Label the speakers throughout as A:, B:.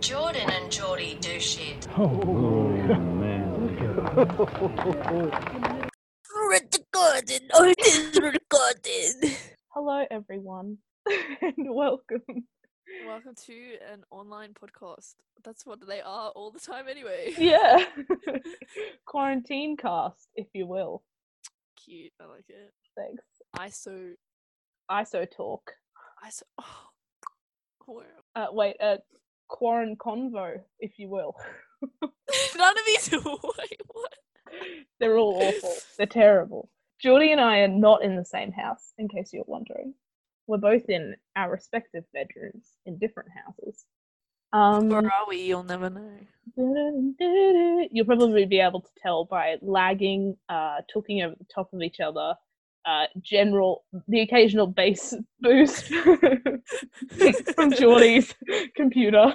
A: Jordan and Geordie do shit.
B: Oh, man.
C: Recording, oh, it is recording.
D: Hello, everyone, and welcome.
E: Welcome to an online podcast. That's what they are all the time, anyway.
D: Yeah, quarantine cast, if you will.
E: Cute. I like it.
D: Thanks.
E: ISO.
D: ISO talk.
E: ISO. Oh. Wow.
D: Uh, wait, uh, quaran convo, if you will.
E: None of these. Wait, what?
D: They're all awful. They're terrible. Geordie and I are not in the same house, in case you're wondering. We're both in our respective bedrooms in different houses. Um,
E: Where are we? You'll never know.
D: You'll probably be able to tell by lagging, uh, talking over the top of each other, uh, general, the occasional bass boost from Geordie's computer.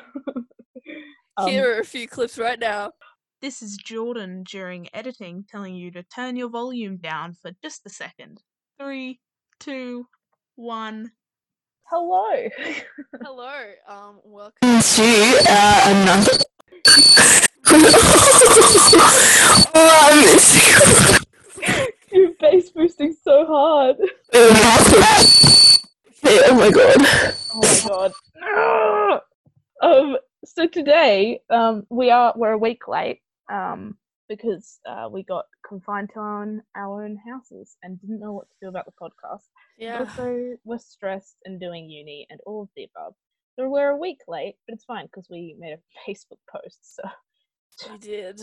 D: Um,
E: Here are a few clips right now.
F: This is Jordan during editing telling you to turn your volume down for just a second. Three, two, one.
D: hello.
E: Hello. Um. Welcome.
C: To uh, another. oh, I miss
D: You're bass boosting so hard.
C: you. oh my god.
D: Oh my god. um, so today, um, we are we're a week late, um, because uh, we got confined to our own, our own houses and didn't know what to do about the podcast.
E: Yeah.
D: Also, we're stressed and doing uni and all of the above. So we're a week late, but it's fine because we made a Facebook post. So,
E: We did.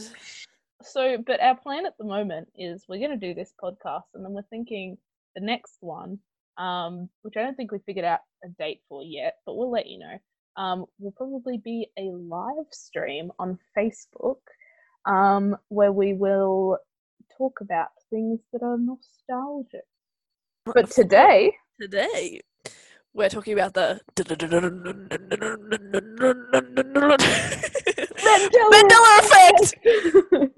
D: so, but our plan at the moment is we're going to do this podcast, and then we're thinking the next one, um, which I don't think we figured out a date for yet, but we'll let you know. Um, will probably be a live stream on Facebook, um, where we will talk about things that are nostalgic. But today,
E: today we're talking about the
D: Mandela,
C: Mandela effect!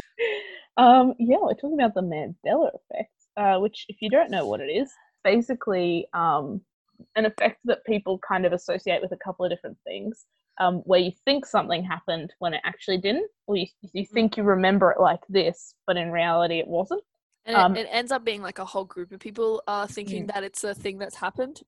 D: um, yeah, we're talking about the Mandela effect, uh, which, if you don't know what it is, basically um, an effect that people kind of associate with a couple of different things, um, where you think something happened when it actually didn't, or you, you think you remember it like this, but in reality it wasn't.
E: and
D: Um, Mm.
E: it, it ends up being like a whole group of people are thinking that it's a thing that's happened so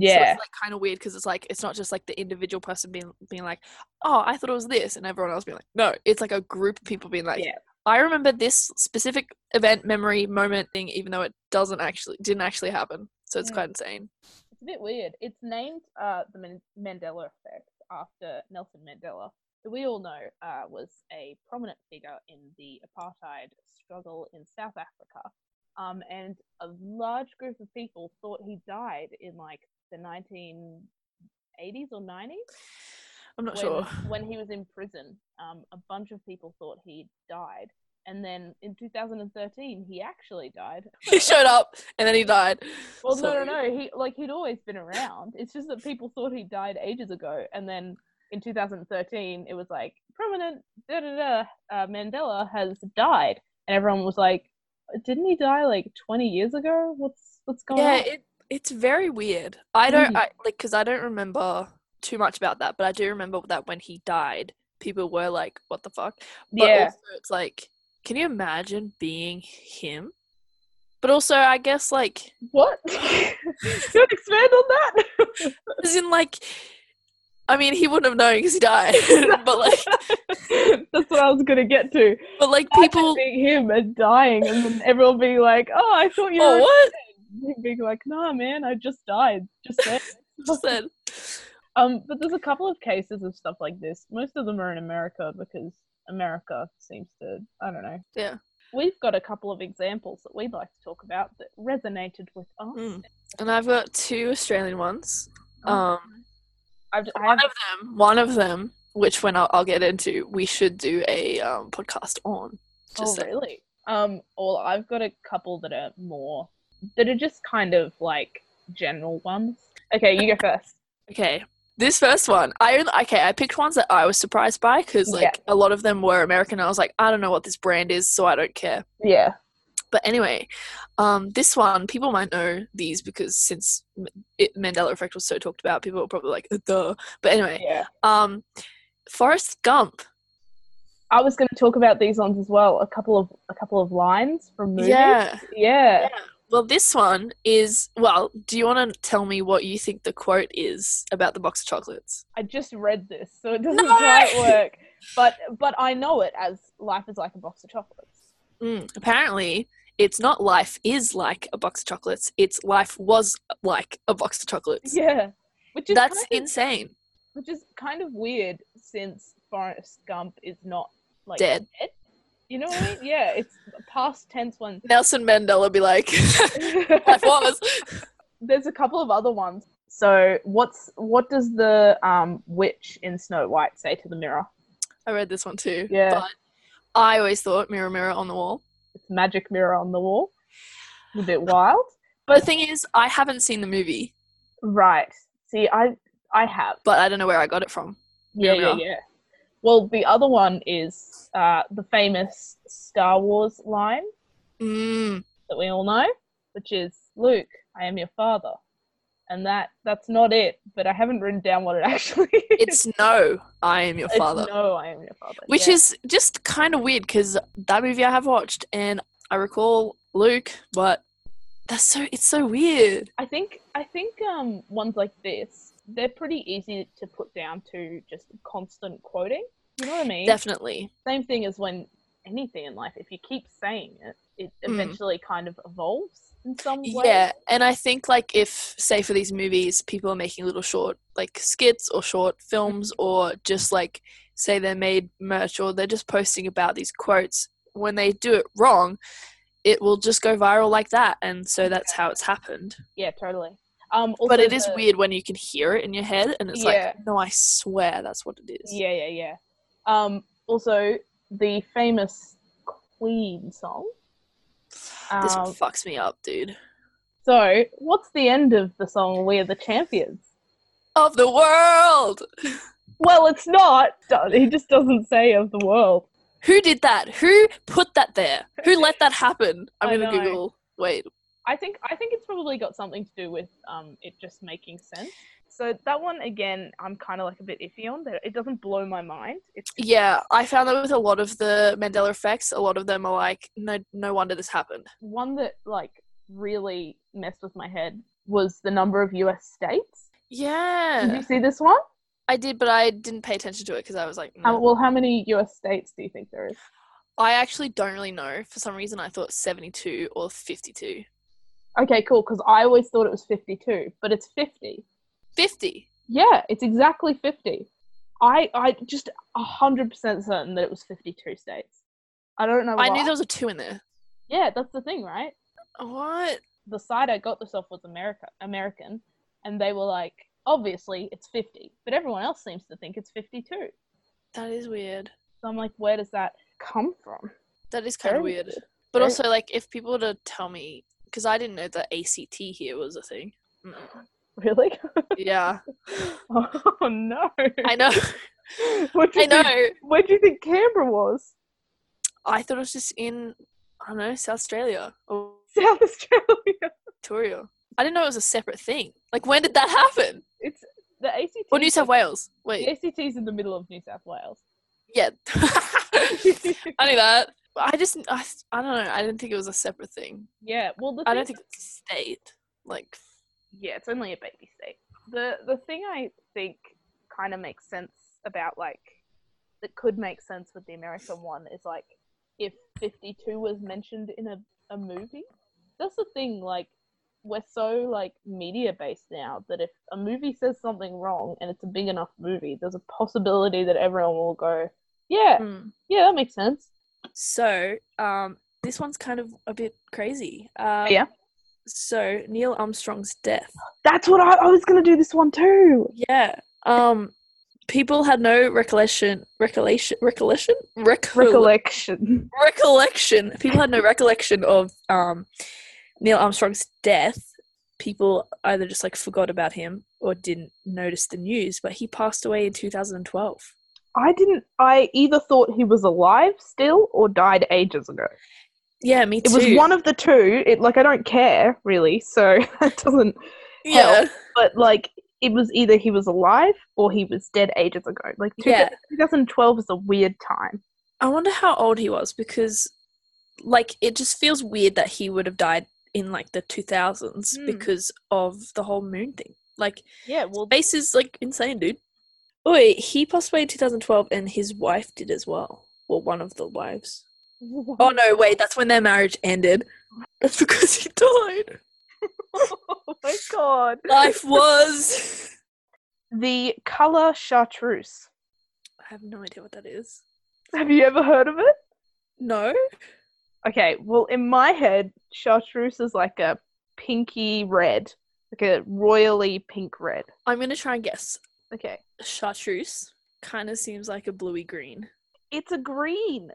D: Yeah,
E: it's like kind of weird because it's like it's not just like the individual person being being like oh i thought it was this and everyone else being like no it's like a group of people being like
D: Yeah.
E: i remember this specific event memory moment thing even though it doesn't actually didn't actually happen so it's
D: Mm.
E: quite insane
D: it's a bit weird. It's named uh, the Man- Mandela effect after Nelson Mandela, who we all know uh, was a prominent figure in the apartheid struggle in South Africa. Um, and a large group of people thought he died in like the 1980s or 90s
E: i'm not
D: when,
E: sure
D: when he was in prison, um, a bunch of people thought he died. And then in 2013, he actually died.
E: he showed up and then he died
D: Well,
E: So-
D: no, no, no. He like he'd always been around. It's just that people thought he died ages ago, and then in 2013, it was like prominent da da da uh, Mandela has died, and everyone was like, "Didn't he die like 20 years ago? What's what's going
E: yeah
D: on?"
E: it, it's very weird i don't
D: Mhm.
E: I, like because i don't remember too much about that but i do remember that when he died people were like what the fuck but
D: yeah,
E: also it's like can you imagine being him but also i guess like
D: what? Don't expand on that.
E: as in like i mean he wouldn't have known because he died but like
D: That's what I was gonna get to.
E: but like
D: Imagine
E: people
D: being him and dying, and then everyone being like, "Oh, I thought you."
E: oh
D: were
E: what
D: dead." Being like, "Nah, man, I just died. Just dead."
E: Just said
D: Um, but there's a couple of cases of stuff like this. Most of them are in America because America seems to, I don't know.
E: Yeah.
D: We've got a couple of examples that we'd like to talk about that resonated with us.
E: Mm. and i've got two australian ones
D: Oh.
E: um
D: I've, I
E: one
D: have,
E: of them one of them which when i'll, I'll get into we should do a um, podcast on
D: oh,
E: just saying.
D: really? Um, well, I've got a couple that are more, that are just kind of like general ones. Okay, you go first.
E: Okay. This first one, I only- okay, I picked ones that I was surprised by because
D: Yeah.
E: like a lot of them were American. I was like, I don't know what this brand is, so I don't care.
D: Yeah.
E: But anyway, um, this one people might know these because since M- it, Mandela effect was so talked about, people were probably like, "Uh, duh. But anyway,
D: Yeah.
E: um, Forrest Gump.
D: I was going to talk about these ones as well. A couple of a couple of lines from movies.
E: Yeah.
D: yeah.
E: Well, this one is. Well, do you want to tell me what you think the quote is about the box of chocolates?
D: I just read this, so it doesn't
E: No!
D: quite work. But but I know it as life is like a box of chocolates.
E: Mm, apparently, it's not life is like a box of chocolates. It's life was like a box of chocolates.
D: Yeah, which is
E: That's
D: kind of,
E: insane.
D: which is kind of weird since Forrest Gump is not like
E: Dead.
D: You know what I mean? Yeah, it's a past tense one.
E: Nelson Mandela be like, life was.
D: There's a couple of other ones. So what's what does the um, witch in Snow White say to the mirror?
E: I read this one too.
D: Yeah.
E: But I always thought mirror, mirror on the wall.
D: It's magic mirror on the wall. It's a bit wild,
E: But the thing is, I haven't seen the movie,
D: right? See, I I have.
E: but I don't know where I got it from.
D: Yeah,
E: Yeah,
D: yeah, yeah. Well, the other one is uh, the famous Star Wars line
E: Mm,
D: that we all know, which is Luke, I am your father. And that that's not it, but I haven't written down what it actually is.
E: it's no, I am your
D: It's
E: father.
D: no, I am your father.
E: Which
D: yeah.
E: is just kind of weird because that movie I have watched and I recall Luke, but that's so, it's so weird.
D: I think I think um ones like this, they're pretty easy to put down to just constant quoting. You know what I mean?
E: Definitely.
D: Same thing as when anything in life, if you keep saying it, it
E: Mm.
D: eventually kind of evolves in some way.
E: Yeah, and I think like if say for these movies, people are making little short like skits or short films,
D: Mm-hmm.
E: or just like say they made merch or they're just posting about these quotes. When they do it wrong, it will just go viral like that, and so that's how it's happened.
D: Yeah, totally. Um,
E: but it is
D: the-
E: weird when you can hear it in your head, and it's
D: Yeah.
E: like, no, I swear that's what it is.
D: Yeah, yeah, yeah. Um, also, the famous Queen song.
E: This one
D: Um,
E: fucks me up, dude.
D: so, what's the end of the song "We're the Champions"?
E: Of the world.
D: Well, it's not. He just doesn't say of the world.
E: Who did that? Who put that there? Who let that happen? I'm
D: I
E: gonna
D: know.
E: Google. Wait,
D: I think I think it's probably got something to do with um, it just making sense. So that one again, I'm kind of like a bit iffy on. That it doesn't blow my mind. It's
E: Yeah, I found that with a lot of the Mandela effects, a lot of them are like, no, no wonder this happened.
D: one that like really messed with my head was the number of U.S. states. Did
E: Yeah,
D: you see this one?
E: I did, but I didn't pay attention to it because I was like,
D: How,
E: "No."
D: well, how many U.S. states do you think there is?
E: I actually don't really know. For some reason, I thought seventy-two or fifty-two.
D: Okay, cool. Because I always thought it was 52, but it's 50.
E: Fifty.
D: Yeah, it's exactly 50. I I just 100% certain that it was 52 states. I don't know.
E: I knew
D: why.
E: there was a two in there.
D: Yeah, that's the thing, right?
E: What?
D: The side I got this off was America, American, and they were like, obviously it's 50, but everyone else seems to think it's 52. So
E: That is weird.
D: I'm like, where does that come from?
E: That is kind of
D: Very
E: weird.
D: weird.
E: But
D: Very-
E: also, like, if people were to tell me, because I didn't know that ACT here was a thing. Mm.
D: Really?
E: yeah,
D: oh no.
E: I know.
D: What do
E: I
D: you think-
E: know.
D: Where do you think Canberra was?
E: I thought it was just in, I don't know, South Australia or
D: South Australia.
E: Victoria. I didn't know it was a separate thing. Like, when did that happen?
D: It's the ACT.
E: Or New South Wales?
D: The
E: Wait,
D: ACT's in the middle of New South Wales.
E: yeah. I knew that. But I just, I, I don't know. I didn't think it was a separate thing.
D: yeah, well, the
E: I
D: thing-
E: don't think it's a state. Like,
D: yeah, it's only a baby state. The the thing I think kind of makes sense about like that could make sense with the American one is like if 52 was mentioned in a, a movie. That's the thing like we're so like media based now that if a movie says something wrong and it's a big enough movie, there's a possibility that everyone will go, yeah,
E: hmm.
D: yeah, that makes sense.
E: so, um, this one's kind of a bit crazy. Um,
D: Yeah.
E: So, Neil Armstrong's death.
D: That's what I, I was gonna do this one too.
E: Yeah. Um, people had no recollection, recollection, recollection, recollection.
D: Recollection.
E: recollection. People had no recollection of um, Neil Armstrong's death. People either just like forgot about him or didn't notice the news, but he passed away in 2012.
D: I didn't. I either thought he was alive still or died ages ago.
E: Yeah, me too.
D: It was one of the two. It like I don't care really, so that doesn't.
E: Yeah,
D: But like it was either he was alive or he was dead ages ago. Like two-
E: Yeah.
D: 2012 is a weird time.
E: I wonder how old he was because, like, it just feels weird that he would have died in like the 2000s
F: Hmm.
E: because of the whole moon thing. Like,
D: Yeah, well,
E: base is like insane, dude. Oh, wait, he passed away in 2012 and his wife did as well. Well, one of the wives. Oh, no, wait, that's when their marriage ended. That's because he died.
D: oh my god.
E: Life was.
D: The color chartreuse.
E: I have no idea what that is.
D: Have you ever heard of it?
E: No?
D: Okay, well, in my head, chartreuse is like a pinky red, like a royally pink red.
E: I'm going to try and guess.
D: Okay,
E: Chartreuse kind of seems like a bluey green.
D: it's a green.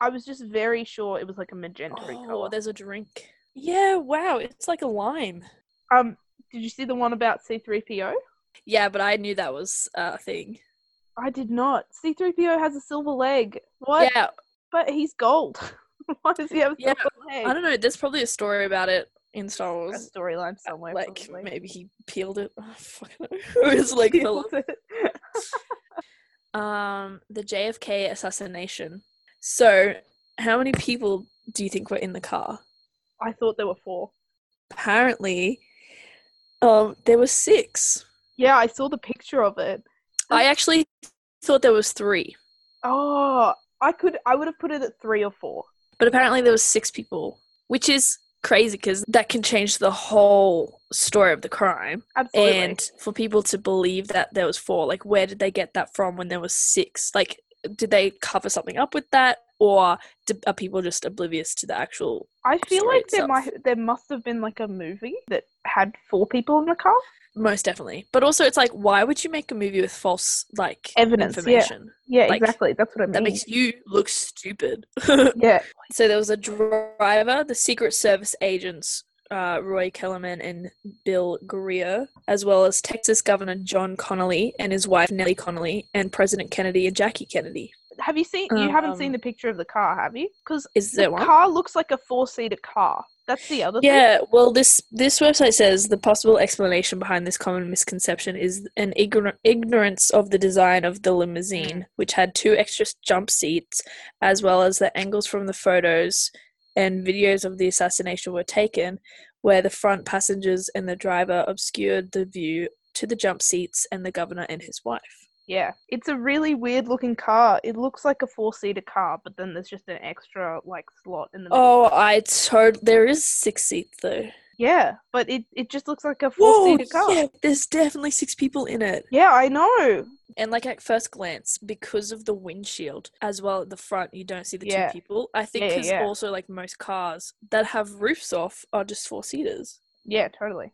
D: I was just very sure it was like a magenta
E: Oh,
D: color.
E: there's a drink. Yeah, wow, it's like a lime.
D: Um, did you see the one about C3PO?
E: Yeah, but I knew that was a thing.
D: I did not. C3PO has a silver leg. What?
E: Yeah,
D: But he's gold. Why does he have a
E: Yeah,
D: silver
E: I
D: leg?
E: don't know. There's probably a story about it in Star
D: A
E: Wars.
D: storyline somewhere.
E: Like
D: probably.
E: maybe he peeled it. Oh, fuck, I don't know. It was like fell off. um the JFK assassination. So, how many people do you think were in the car?
D: I thought there were four.
E: Apparently, um, there were six.
D: Yeah, I saw the picture of it.
E: I actually thought there was three,
D: Oh, I could. I would have put it at three or four.
E: but apparently there was six people, which is crazy because that can change the whole story of the crime.
D: Absolutely.
E: and for people to believe that there was four like where did they get that from when there was six like did they cover something up with that or d are people just oblivious to the actual
D: I feel
E: story
D: like there
E: itself.
D: might there must have been like a movie that had four people in the car.
E: most definitely but also it's like why would you make a movie with false like
D: Evidence, yeah.
E: information
D: Yeah,
E: Like,
D: exactly. That's what I mean.
E: that makes you look stupid
D: yeah.
E: so there was a driver the secret service agents uh, Roy Kellerman and Bill Greer, as well as Texas Governor John Connolly and his wife Nellie Connolly, and President Kennedy and Jackie Kennedy.
D: Have you seen? You haven't seen
E: Um,
D: the picture of the car, have you? Because
E: Is
D: the
E: there one?
D: car looks like a four-seater car. That's the other thing.
E: Yeah, well, this this website says the possible explanation behind this common misconception is an ignor- ignorance of the design of the limousine, which had two extra jump seats, as well as the angles from the photos and videos of the assassination were taken, where the front passengers and the driver obscured the view to the jump seats and the governor and his wife.
D: Yeah, it's a really weird-looking car. It looks like a four-seater car, but then there's just an extra like slot in the middle.
E: Oh, I told there is six seats though.
D: Yeah, but it it just looks like a four-seater car.
E: yeah, there's definitely six people in it.
D: yeah, I know.
E: And like at first glance, because of the windshield as well at the front, you don't see the
D: Yeah.
E: two people. I think
D: Yeah, yeah,
E: because
D: yeah.
E: also like most cars that have roofs off are just four seaters.
D: Yeah, totally.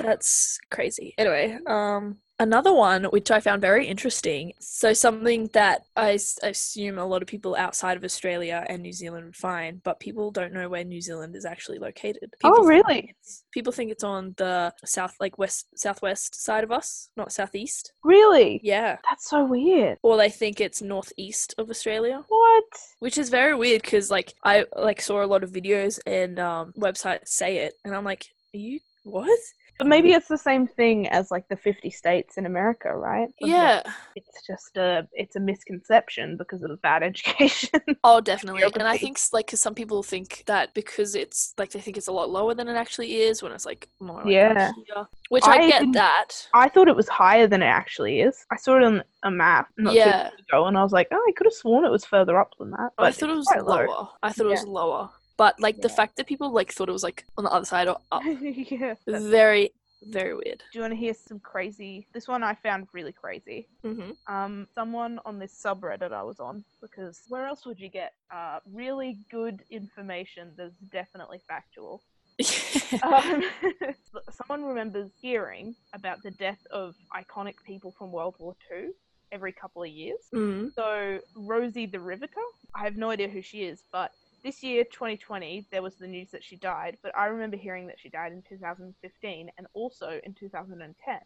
E: That's crazy. Anyway, um, another one which I found very interesting. So something that I s- assume a lot of people outside of Australia and New Zealand would find, but people don't know where New Zealand is actually located.
D: Oh,
E: People think
D: really?
E: it's- people think it's on the south, like west, southwest side of us, not southeast.
D: Really?
E: Yeah
D: That's so weird.
E: or they think it's northeast of Australia,
D: What?
E: which is very weird because like I like saw a lot of videos and um, websites say it, and I'm like, are you what?
D: But maybe it's the same thing as like the 50 states in America, right? Of, like,
E: Yeah.
D: It's just a it's a misconception because of the bad education.
E: Oh, definitely. And I
D: geography.
E: think s- like because some people think that because it's like they think it's a lot lower than it actually is when it's like more like
D: Yeah.
E: up here, which I,
D: I
E: get
D: didn't-
E: that.
D: I thought it was higher than it actually is. I saw it on a map not too
E: yeah.
D: long ago and I was like, "Oh, I could have sworn it was further up than that." But
E: I thought it was
D: quite low.
E: lower. I thought it was lower. But like the
D: Yeah.
E: fact that people like thought it was like on the other side or up,
D: yeah. that's-
E: very very weird.
D: Do you want to hear some crazy? This one I found really crazy.
E: hmm
D: um, someone on this subreddit I was on because where else would you get uh, really good information that's definitely factual? Um, someone remembers hearing about the death of iconic people from World War II every couple of years.
E: mm.
D: So, Rosie the Riveter, I have no idea who she is, but this year, 2020, there was the news that she died, but I remember hearing that she died in 2015 and also in 2010.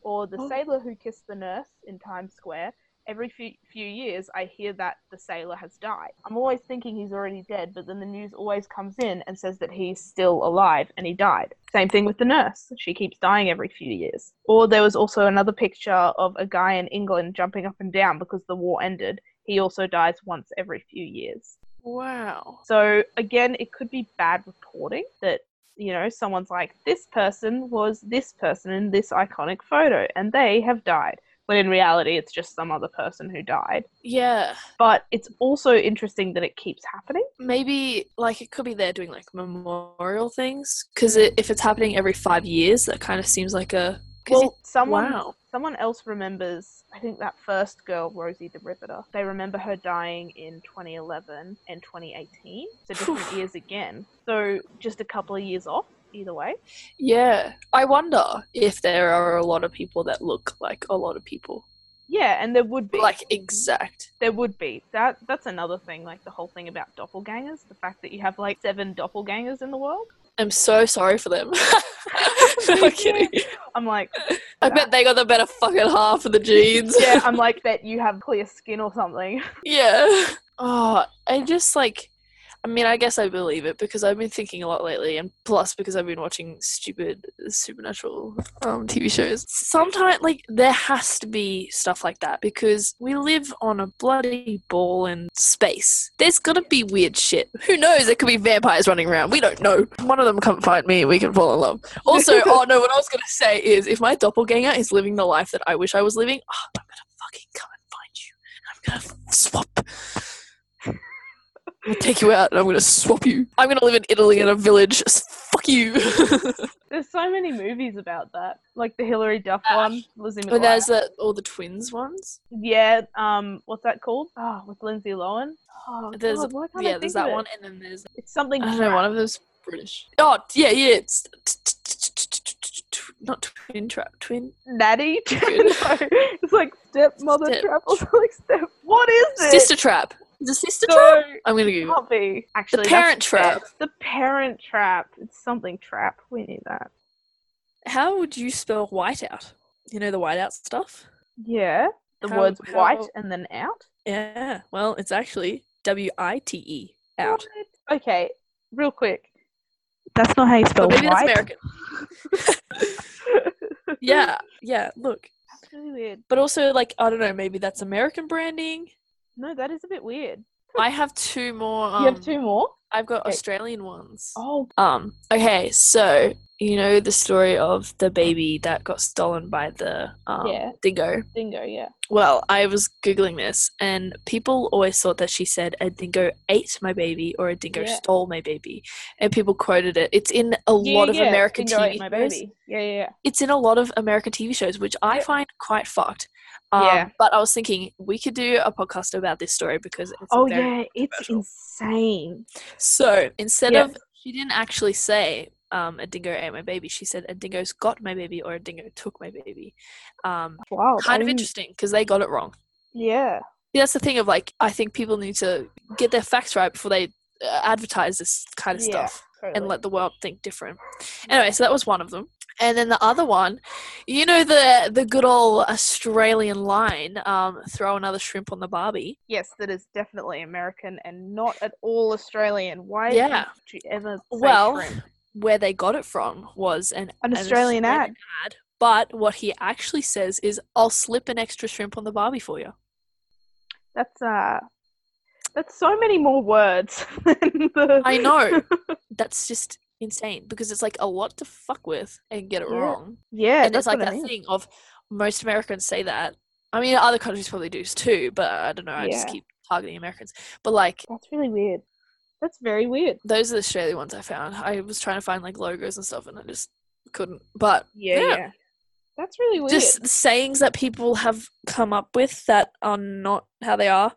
D: Or the
E: Oh.
D: sailor who kissed the nurse in Times Square, every few, few years I hear that the sailor has died. I'm always thinking he's already dead, but then the news always comes in and says that he's still alive and he died. Same thing with the nurse. She keeps dying every few years. Or there was also another picture of a guy in England jumping up and down because the war ended. He also dies once every few years.
E: Wow.
D: So again, it could be bad reporting that you know someone's like this person was this person in this iconic photo and they have died when in reality it's just some other person who died.
E: Yeah.
D: But it's also interesting that it keeps happening.
E: Maybe like it could be they're doing like memorial things because it, if it's happening every five years, that kind of seems like a. 'cause
D: Well,
E: it-
D: someone
E: wow.
D: someone else remembers. I think that first girl, Rosie the Riveter. They remember her dying in 2011 and 2018, so different
E: Phew.
D: years again. So just a couple of years off either way.
E: Yeah. I wonder if there are a lot of people that look like a lot of people.
D: Yeah, and there would be
E: Like exact.
D: There would be. That that's another thing, like the whole thing about doppelgangers, the fact that you have like seven doppelgangers in the world.
E: I'm so sorry for them. no, I'm kidding.
D: I'm like
E: I bet they got the better fucking half of the jeans.
D: Yeah, I'm like that you have clear skin or something.
E: Yeah. Oh, I just like. I mean, I guess I believe it because I've been thinking a lot lately, and plus because I've been watching stupid supernatural um, TV shows. Sometimes, like, there has to be stuff like that because we live on a bloody ball in space. There's gotta be weird shit. Who knows? There could be vampires running around. We don't know. One of them come find me, and we can fall in love. Also, oh no, what I was gonna say is, if my doppelganger is living the life that I wish I was living, oh, I'm gonna fucking come and find you. I'm gonna f- swap. I'm gonna take you out and I'm gonna swap you. I'm gonna live in Italy in a village. S- Fuck you.
D: There's so many movies about that. Like the Hillary Duff
E: Ah.
D: one, Lizzie
E: but
D: McGuire.
E: there's the, all the twins ones.
D: yeah, um what's that called? Oh, with Lindsay Lohan. Oh
E: There's-
D: God, why can't I
E: yeah,
D: think
E: there's
D: of
E: that
D: it?
E: one, and then there's
D: It's something
E: I don't know,
D: trap.
E: one of those British. Oh yeah, yeah, it's t- t- t- t- t- t- t- not twin trap, twin
D: Natty? no.
E: Good.
D: It's like stepmother
E: Step-
D: trap or something step what is it?
E: sister trap. The sister
D: So-
E: trap. I'm gonna Google.
D: can't be. Actually, that's
E: parent
D: fair.
E: trap.
D: The parent trap. It's something trap. We knew that.
E: How would you spell whiteout? You know the whiteout stuff.
D: Yeah. The
E: How-
D: words
E: how-
D: white and then out.
E: Yeah. Well, it's actually W I T E out.
D: What? Okay. Real quick. That's not how you spell
E: But maybe that's American. yeah. Yeah. Look.
D: That's really weird.
E: But also, like, I don't know, maybe that's American branding.
D: No, that is a bit weird.
E: I have two more. Um,
D: you have two more?
E: I've got
D: Okay.
E: Australian ones.
D: Oh,
E: Um. Okay, so you know the story of the baby that got stolen by the um,
D: Yeah.
E: dingo.
D: dingo, yeah.
E: Well, I was googling this, and people always thought that she said a dingo ate my baby or a dingo
D: Yeah.
E: stole my baby, and people quoted it. It's in a
D: Yeah,
E: lot of
D: yeah,
E: American
D: dingo
E: TV
D: ate my
E: shows.
D: baby. Yeah, yeah, yeah.
E: it's in a lot of American TV shows, which I
D: Yeah.
E: find quite fucked. Um,
D: Yeah.
E: But I was thinking we could do a podcast about this story because it's
D: Oh,
E: very-
D: yeah. It's
E: controversial.
D: insane.
E: So instead
D: Yeah.
E: of she didn't actually say um, a dingo ate my baby, she said a dingo's got my baby or a dingo took my baby. Um,
D: Wow.
E: kind of interesting because they got it wrong.
D: Yeah.
E: That's the thing of like I think people need to get their facts right before they uh, advertise this kind of
D: Yeah,
E: stuff
D: totally.
E: and let the world think different. Anyway, so that was one of them. And then the other one, you know the the good old Australian line, um, throw another shrimp on the barbie.
D: Yes, that is definitely American and not at all Australian. Why
E: Yeah.
D: did you ever say
E: Well,
D: shrimp?
E: Where they got it from was an
D: an Australian ad?
E: ad, But what he actually says is, "I'll slip an extra shrimp on the barbie for you."
D: That's uh, that's so many more words. Than the...
E: I know. That's just insane because it's like a lot to fuck with and get it
D: Yeah.
E: wrong.
D: Yeah,
E: and it's
D: that's
E: like
D: what
E: that
D: I mean.
E: thing of most Americans say that. I mean, other countries probably do too, but I don't know. I just
D: Yeah.
E: keep targeting Americans. But like
D: That's really weird. That's very weird.
E: those are the Australian ones I found. I was trying to find like logos and stuff, and I just couldn't. But
D: Yeah, yeah.
E: Yeah.
D: That's really weird.
E: just sayings that people have come up with that are not how they are.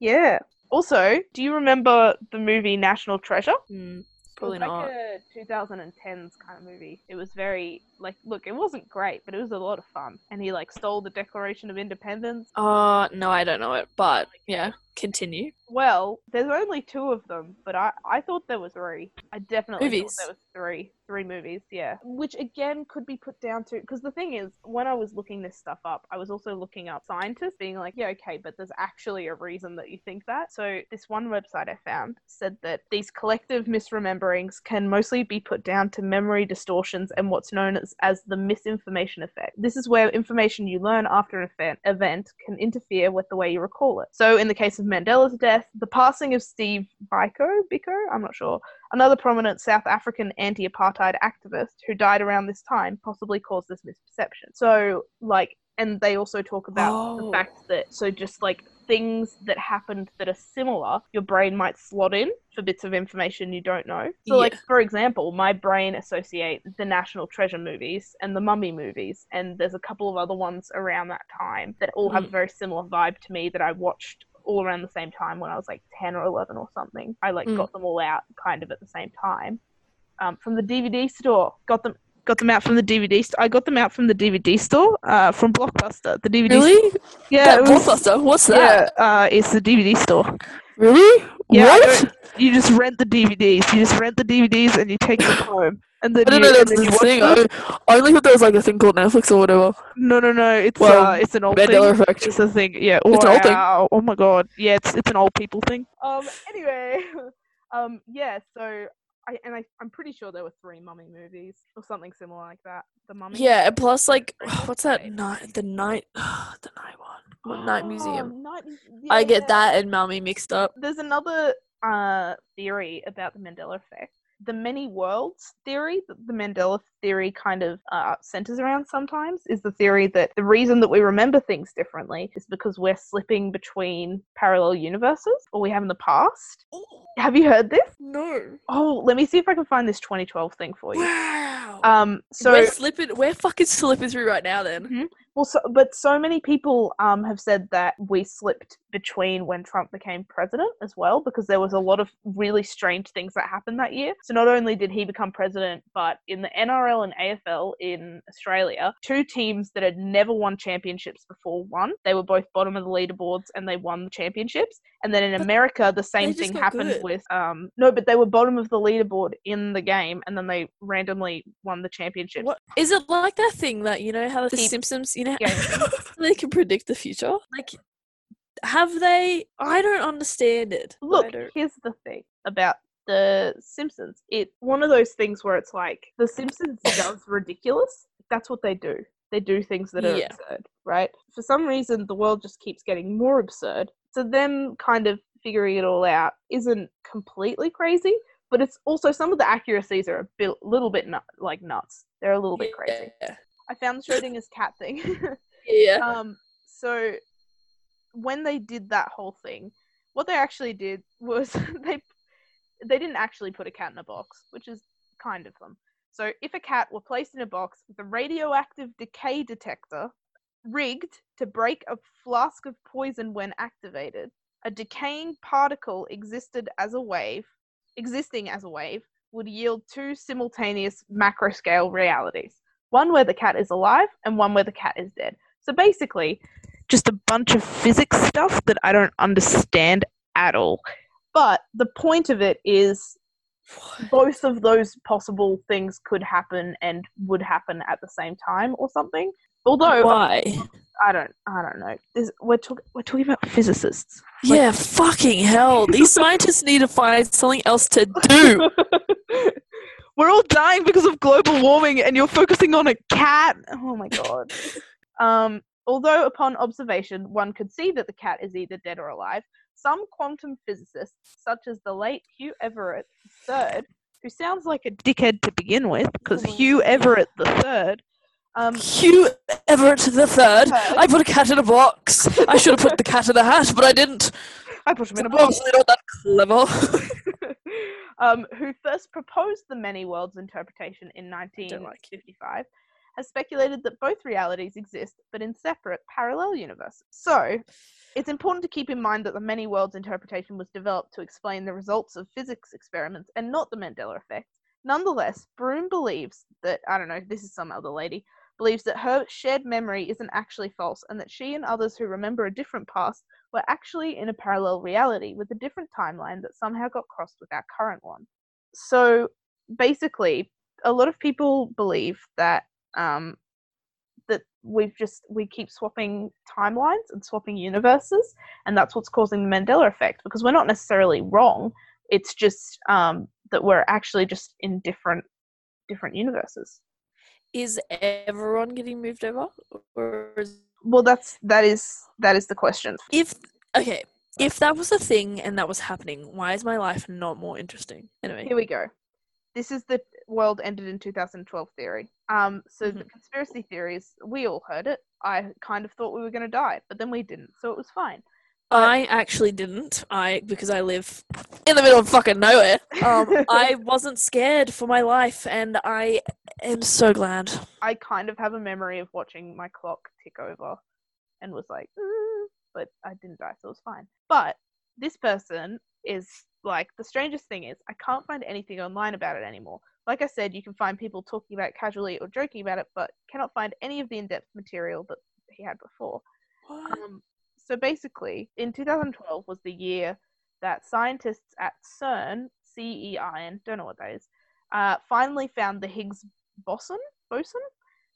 D: Yeah. Also, do you remember the movie National Treasure?
E: Mm, probably
D: it was
E: not.
D: Like a 2010s kind of movie. It was very like, look, it wasn't great, but it was a lot of fun. And he like stole the Declaration of Independence.
E: Uh, no, I don't know it. But yeah, continue.
D: Well, there's only two of them, but I, I thought there was three. I definitely
E: Movies.
D: thought there was three. Three movies, yeah. Which again could be put down to because the thing is, when I was looking this stuff up, I was also looking up scientists being like, yeah, okay, but there's actually a reason that you think that. So this one website I found said that these collective misrememberings can mostly be put down to memory distortions and what's known as, as the misinformation effect. This is where information you learn after an event, event can interfere with the way you recall it. So in the case of Mandela's death, the passing of Steve Biko, Biko, I'm not sure, another prominent South African anti apartheid activist who died around this time, possibly caused this misperception. So, like, and they also talk about the
E: Oh.
D: fact that, so just like things that happened that are similar, your brain might slot in for bits of information you don't know. So, like, for example, my brain associates the National Treasure movies and the Mummy movies, and there's a couple of other ones around that time that all
E: Hmm.
D: have a very similar vibe to me that I watched all around the same time when I was like 10 or 11 or something. I like
E: Mm.
D: got them all out kind of at the same time um, from the DVD store. Got them got them out from the DVD store. I got them out from the DVD store uh, from Blockbuster. The DVD
E: Really?
D: Yeah,
E: that
D: it was-
E: blockbuster. What's that?
D: yeah, uh, it's the DVD store.
C: Really?
D: Yeah, I
C: what?
D: don't- you just rent the DVDs. You just rent the DVDs and you take them home. And then
E: I didn't
D: you,
E: know there
D: and
E: was
D: then you
E: this
D: watch
E: thing.
D: them.
E: I, I only thought there was like a thing called Netflix or whatever.
D: No, no, no. It's
E: Well,
D: uh, it's an old
E: Mandela
D: thing.
E: effect.
D: It's a thing. Yeah.
E: It's an old thing.
D: Wow. Oh my god. Yeah. It's it's an old people thing. Um. Anyway. Um. Yeah. So I and I I'm pretty sure there were three mummy movies or something similar like that. The mummy.
E: Yeah, and plus like
D: Right,
E: what's that
D: right.
E: night the night the night one. What night museum.
D: Oh, night muse-
E: I get
D: yeah.
E: that and Mummy mixed up.
D: There's another uh theory about the Mandela effect. The many worlds theory that the Mandela theory kind of uh, centers around sometimes is the theory that the reason that we remember things differently is because we're slipping between parallel universes or we have in the past. Have you heard this?
E: No.
D: Oh, let me see if I can find this 2012 thing for you.
E: Wow.
D: Um, so Mhm.
E: we're slipping we're fucking slipping through right now then.
D: Well, so, but so many people um, have said that we slipped between when Trump became president as well, because there was a lot of really strange things that happened that year. So not only did he become president, but in the NRL and AFL in Australia, two teams that had never won championships before won. They were both bottom of the leaderboards, and they won the championships. And then in
E: But
D: America, the same
E: just
D: thing
E: got
D: happened
E: good.
D: with um, no, but they were bottom of the leaderboard in the game, and then they randomly won the championship.
E: What is it like that thing that you know how the
D: Keep-
E: Simpsons you know
D: Yeah.
E: they can predict the future? Like have they I don't understand it. I
D: Look,
E: don't-
D: here's the thing about the Simpsons. It one of those things where it's like the Simpsons does ridiculous. That's what they do. They do things that are
E: Yeah.
D: absurd, right? For some reason, the world just keeps getting more absurd. So them kind of figuring it all out isn't completely crazy, but it's also some of the accuracies are a bit, little bit nut, like nuts. They're a little bit crazy.
E: Yeah.
D: I found the Schrodinger's cat thing.
E: Yeah.
D: um so when they did that whole thing what they actually did was they they didn't actually put a cat in a box which is kind of them so if a cat were placed in a box with a radioactive decay detector rigged to break a flask of poison when activated a decaying particle existed as a wave existing as a wave would yield two simultaneous macro scale realities one where the cat is alive and one where the cat is dead so basically, just a bunch of physics stuff that I don't understand at all. But the point of it is both of those possible things could happen and would happen at the same time or something. Although
E: Why?
D: I don't I don't know. This, we're talk, we're talking about physicists. Like-
E: yeah, fucking hell. These scientists need to find something else to do.
D: We're all dying because of global warming, and you're focusing on a cat. Oh my god. um, although, upon observation, one could see that the cat is either dead or alive, some quantum physicists, such as the late Hugh Everett III, who sounds like a dickhead to begin with, because Hugh Everett III, um,
E: Hugh Everett the Third. I put a cat in a box. I should have put the cat in a hat, but I didn't.
D: I put him in a box.
E: Obviously not that clever.
D: um, who first proposed the many worlds interpretation in
E: don't
D: 1955, has speculated that both realities exist but in separate parallel universes. So, it's important to keep in mind that the many worlds interpretation was developed to explain the results of physics experiments and not the Mandela effect. Nonetheless, Broom believes that, I don't know, this is some other lady, believes that her shared memory isn't actually false and that she and others who remember a different past We're actually in a parallel reality with a different timeline that somehow got crossed with our current one. So basically, a lot of people believe that um, that we've just we keep swapping timelines and swapping universes, and that's what's causing the Mandela effect because we're not necessarily wrong. It's just um, that we're actually just in different different universes.
E: Is everyone getting moved over, or is
D: Well, that's that is that is the question.
E: if okay if that was a thing and that was happening why is my life not more interesting anyway
D: Here we go. This is the world ended in 2012 theory. Um, so the conspiracy theories, we all heard it. I kind of thought we were going to die, but then we didn't, so it was fine.
E: i actually didn't i because i live in the middle of fucking nowhere um, i wasn't scared for my life and i am so glad
D: I kind of have a memory of watching my clock tick over and was like, "Mm," but I didn't die, so it was fine. But this person is like, the strangest thing is, I can't find anything online about it anymore. Like I said, you can find people talking about it casually or joking about it, but cannot find any of the in depth material that he had before. Um, so basically, in 2012 was the year that scientists at CERN, C E I N, don't know what that is, uh, finally found the Higgs boson, boson,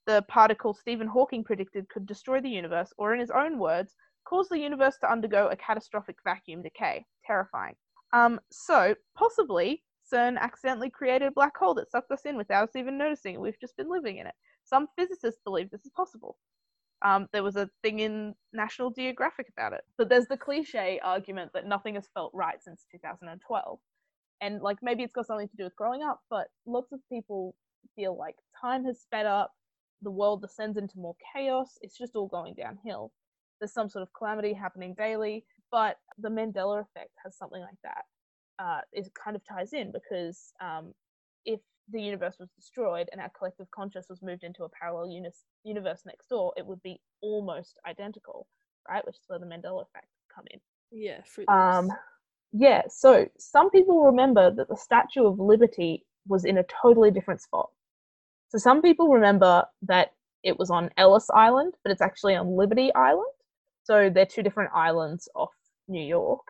D: the particle Stephen Hawking predicted could destroy the universe, or in his own words, cause the universe to undergo a catastrophic vacuum decay. Terrifying. Um, so possibly CERN accidentally created a black hole that sucked us in without us even noticing, and we've just been living in it. Some physicists believe this is possible. Um, there was a thing in National Geographic about it. But there's the cliche argument that nothing has felt right since 2012. And like maybe it's got something to do with growing up, but lots of people feel like time has sped up, the world descends into more chaos, it's just all going downhill. There's some sort of calamity happening daily, but the Mandela effect has something like that. Uh, it kind of ties in because um, if the universe was destroyed and our collective conscious was moved into a parallel uni- universe next door, it would be almost identical, right? Which is where the Mandela effect come in.
E: yeah fruit
D: Um, yeah, so some people remember that the Statue of Liberty was in a totally different spot. So some people remember that it was on Ellis Island, but it's actually on Liberty Island. So they're two different islands off New York.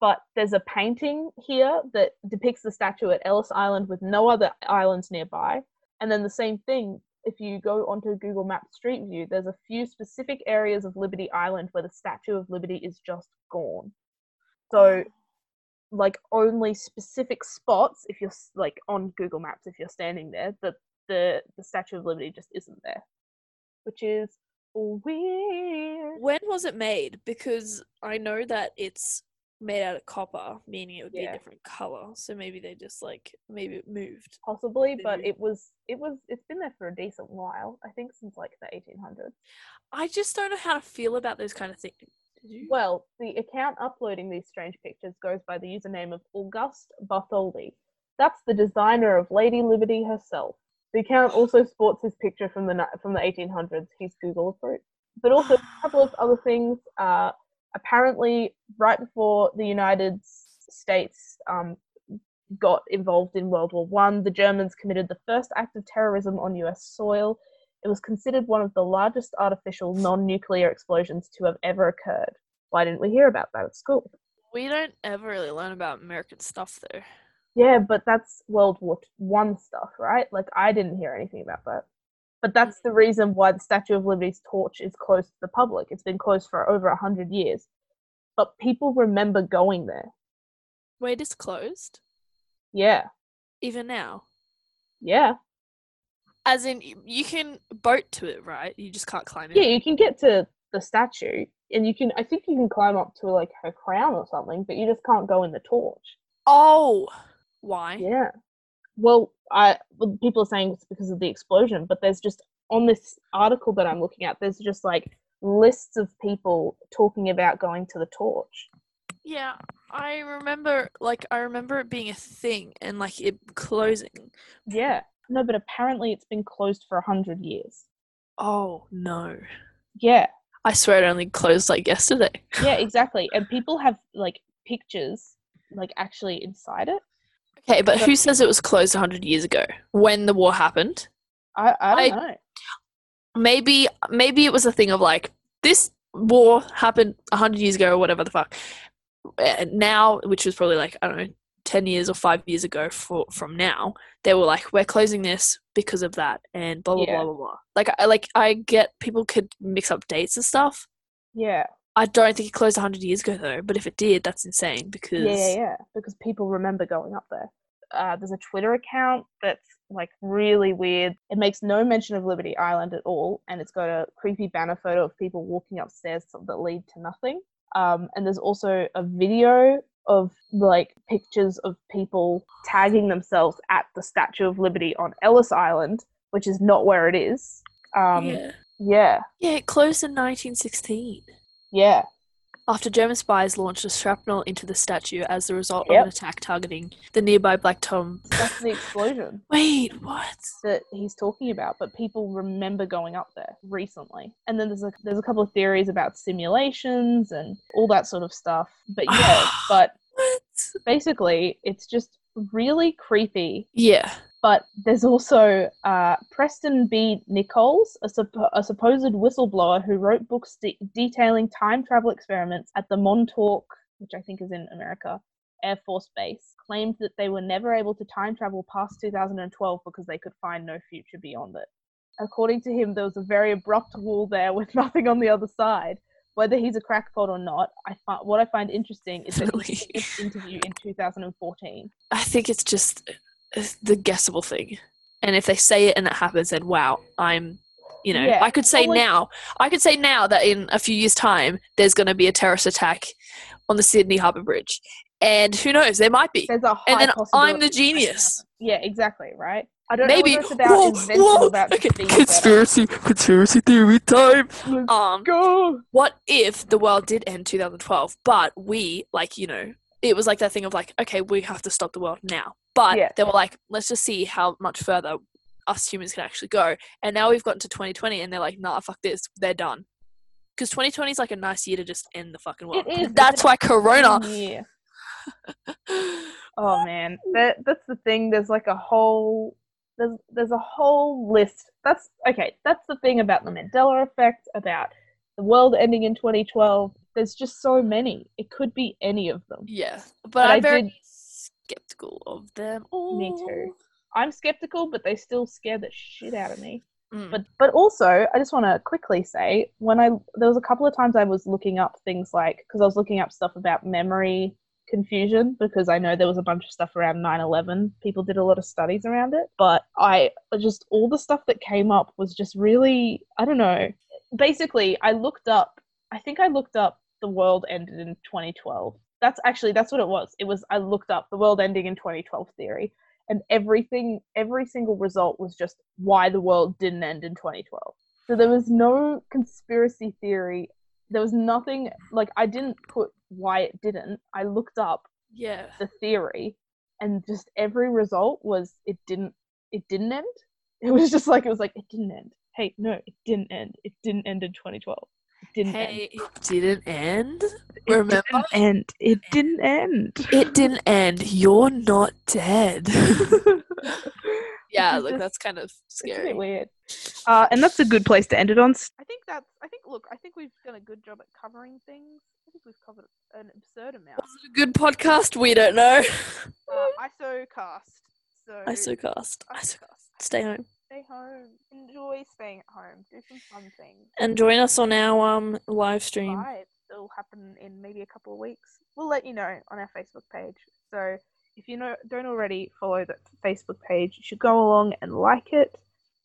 D: But there's a painting here that depicts the statue at Ellis Island with no other islands nearby. And then the same thing, if you go onto Google Maps Street View, there's a few specific areas of Liberty Island where the Statue of Liberty is just gone. So like only specific spots if you're s- like on google maps if you're standing there that the the statue of liberty just isn't there which is weird
E: when was it made because i know that it's made out of copper meaning it would be
D: Yeah.
E: a different color so maybe they just like maybe it moved
D: possibly but
E: Maybe.
D: it was it was it's been there for a decent while i think since like the 1800s
E: i just don't know how to feel about those kind of things
D: well the account uploading these strange pictures goes by the username of august bartholdi that's the designer of lady liberty herself the account also sports his picture from the ni- from the 1800s he's google approved but also a couple of other things. Uh, apparently, right before the United States um, got involved in World War One, the Germans committed the first act of terrorism on U.S. soil. It was considered one of the largest artificial non-nuclear explosions to have ever occurred. Why didn't we hear about that at school?
E: we don't ever really learn about american stuff though
D: Yeah, but that's World War t- One stuff, right? Like I didn't hear anything about that. But that's the reason why the Statue of Liberty's torch is closed to the public. It's been closed for over a hundred years, but people remember going there.
E: wait it's closed
D: Yeah,
E: even now
D: yeah,
E: As in, y- you can boat to it, right? You just can't climb it.
D: yeah. You can get to the statue, and you can. I think you can climb up to like her crown or something, but you just can't go in the torch.
E: Oh, why?
D: Yeah. Well, I well, people are saying it's because of the explosion, but there's just on this article that I'm looking at, there's just like lists of people talking about going to the torch.
E: Yeah, I remember, like, I remember it being a thing and like it closing.
D: Yeah. No, but apparently it's been closed for a hundred years.
E: Oh no!
D: Yeah.
E: I swear it only closed like yesterday.
D: Yeah, exactly. And people have like pictures like actually inside it.
E: Okay, but
D: But-
E: who says it was closed 100 years ago when the war happened?
D: I I don't
E: I-
D: know.
E: Maybe, maybe it was a thing of like this war happened 100 years ago or whatever the fuck and now which was probably like i don't know 10 years or 5 years ago for, from now they were like we're closing this because of that and blah blah
D: Yeah.
E: blah blah blah like i like i get people could mix up dates and stuff
D: Yeah.
E: i don't think it closed 100 years ago though but if it did that's insane because
D: Yeah, yeah, yeah. Because people remember going up there. Uh, there's a Twitter account that's like really weird. It makes no mention of Liberty Island at all, and it's got a creepy banner photo of people walking upstairs that lead to nothing. Um, and there's also a video of like pictures of people tagging themselves at the Statue of Liberty on Ellis Island, which is not where it is. Um, yeah.
E: yeah.
D: yeah,
E: Yeah, it closed in 1916
D: yeah,
E: after German spies launched a shrapnel into the statue as the result
D: Yep.
E: of an attack targeting the nearby Black Tom.
D: that's the explosion.
E: Wait, what?
D: that he's talking about, but people remember going up there recently. And then there's a there's a couple of theories about simulations and all that sort of stuff. But yeah, but
E: What?
D: basically it's just really creepy.
E: Yeah.
D: But there's also uh, Preston B. Nichols, a, suppo- a supposed whistleblower who wrote books de- detailing time travel experiments at the Montauk, which I think is in America, Air Force Base, claimed that they were never able to time travel past 2012 because they could find no future beyond it. According to him, there was a very abrupt wall there with nothing on the other side. Whether he's a crackpot or not, I fi- what I find interesting is that he
E: Really?
D: did this interview in 2014.
E: I think it's just it's the guessable thing. And if they say it and it happens, then wow, I'm, you know,
D: Yeah.
E: I could say
D: Well, like-
E: now, I could say now that in a few years' time, there's going to be a terrorist attack on the Sydney Harbour Bridge. And who knows, there might be.
D: There's a high
E: And then
D: possibility
E: I'm the genius.
D: Yeah, exactly, right? I don't
E: Maybe.
D: know whether it's about
E: Whoa,
D: invention
E: whoa,
D: or about
E: okay,
D: just being better.
E: conspiracy theory time.
D: Let's
E: Um,
D: go!
E: what if the world did end 2012 but we like you know it was like that thing of like okay we have to stop the world now but
D: Yeah.
E: they were like let's just see how much further us humans can actually go and now we've gotten to 2020 and they're like nah fuck this they're done because 2020 is like a nice year to just end the fucking world
D: It is, but
E: that's
D: it's
E: why corona
D: Yeah. Oh man, that, that's the thing. There's like a whole there's there's a whole list. That's okay. That's the thing about the Mandela effect, about the world ending in 2012. There's just so many. It could be any of them.
E: yeah but,
D: But
E: i'm
D: I
E: very
D: did-
E: skeptical of them
D: Me too. I'm skeptical, but they still scare the shit out of me.
E: Mm.
D: But but also, I just want to quickly say when I there was a couple of times I was looking up things like because I was looking up stuff about memory confusion because I know there was a bunch of stuff around 9/11. People did a lot of studies around it, but I just all the stuff that came up was just really I don't know. Basically, I looked up. I think I looked up the world ended in 2012. That's actually that's what it was. It was I looked up the world ending in 2012 theory and everything every single result was just why the world didn't end in 2012 so there was no conspiracy theory there was nothing like i didn't put why it didn't i looked up
E: yeah
D: the theory and just every result was it didn't it didn't end it was just like it was like it didn't end hey no it didn't end it didn't end in 2012 it didn't end
E: hey it didn't end
F: It
E: remember
F: didn't end. It didn't end.
E: It didn't end. You're not dead. yeah,
D: Which is
E: look,
D: just-
E: that's kind of
D: it's a bit
E: scary.
D: weird uh, and that's a good place to end it on i think that's i think look i think we've done a good job at covering things i think we've covered an absurd amount
E: Was it a good podcast? We don't know.
D: uh, iso cast so
E: Isocast. Isocast. Stay home.
D: stay home enjoy staying at home do some fun things
E: And join us on our um live stream.
D: live that'll happen in maybe a couple of weeks we'll let you know on our facebook page so if you know, don't already follow that facebook page you should go along and like it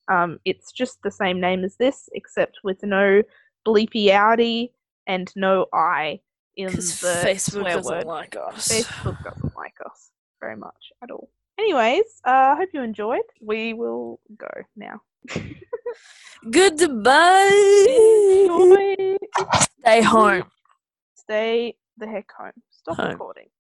D: um, it's just the same name as this except with no bleepy outy and no i in the
E: Because Facebook
D: swear
E: doesn't
D: word.
E: like us.
D: Facebook doesn't like us very much at all. Anyways, uh, I hope you enjoyed. We will go now.
E: Goodbye.
D: Enjoy.
E: Stay home.
D: Stay the heck home. Stop
E: Home.
D: recording.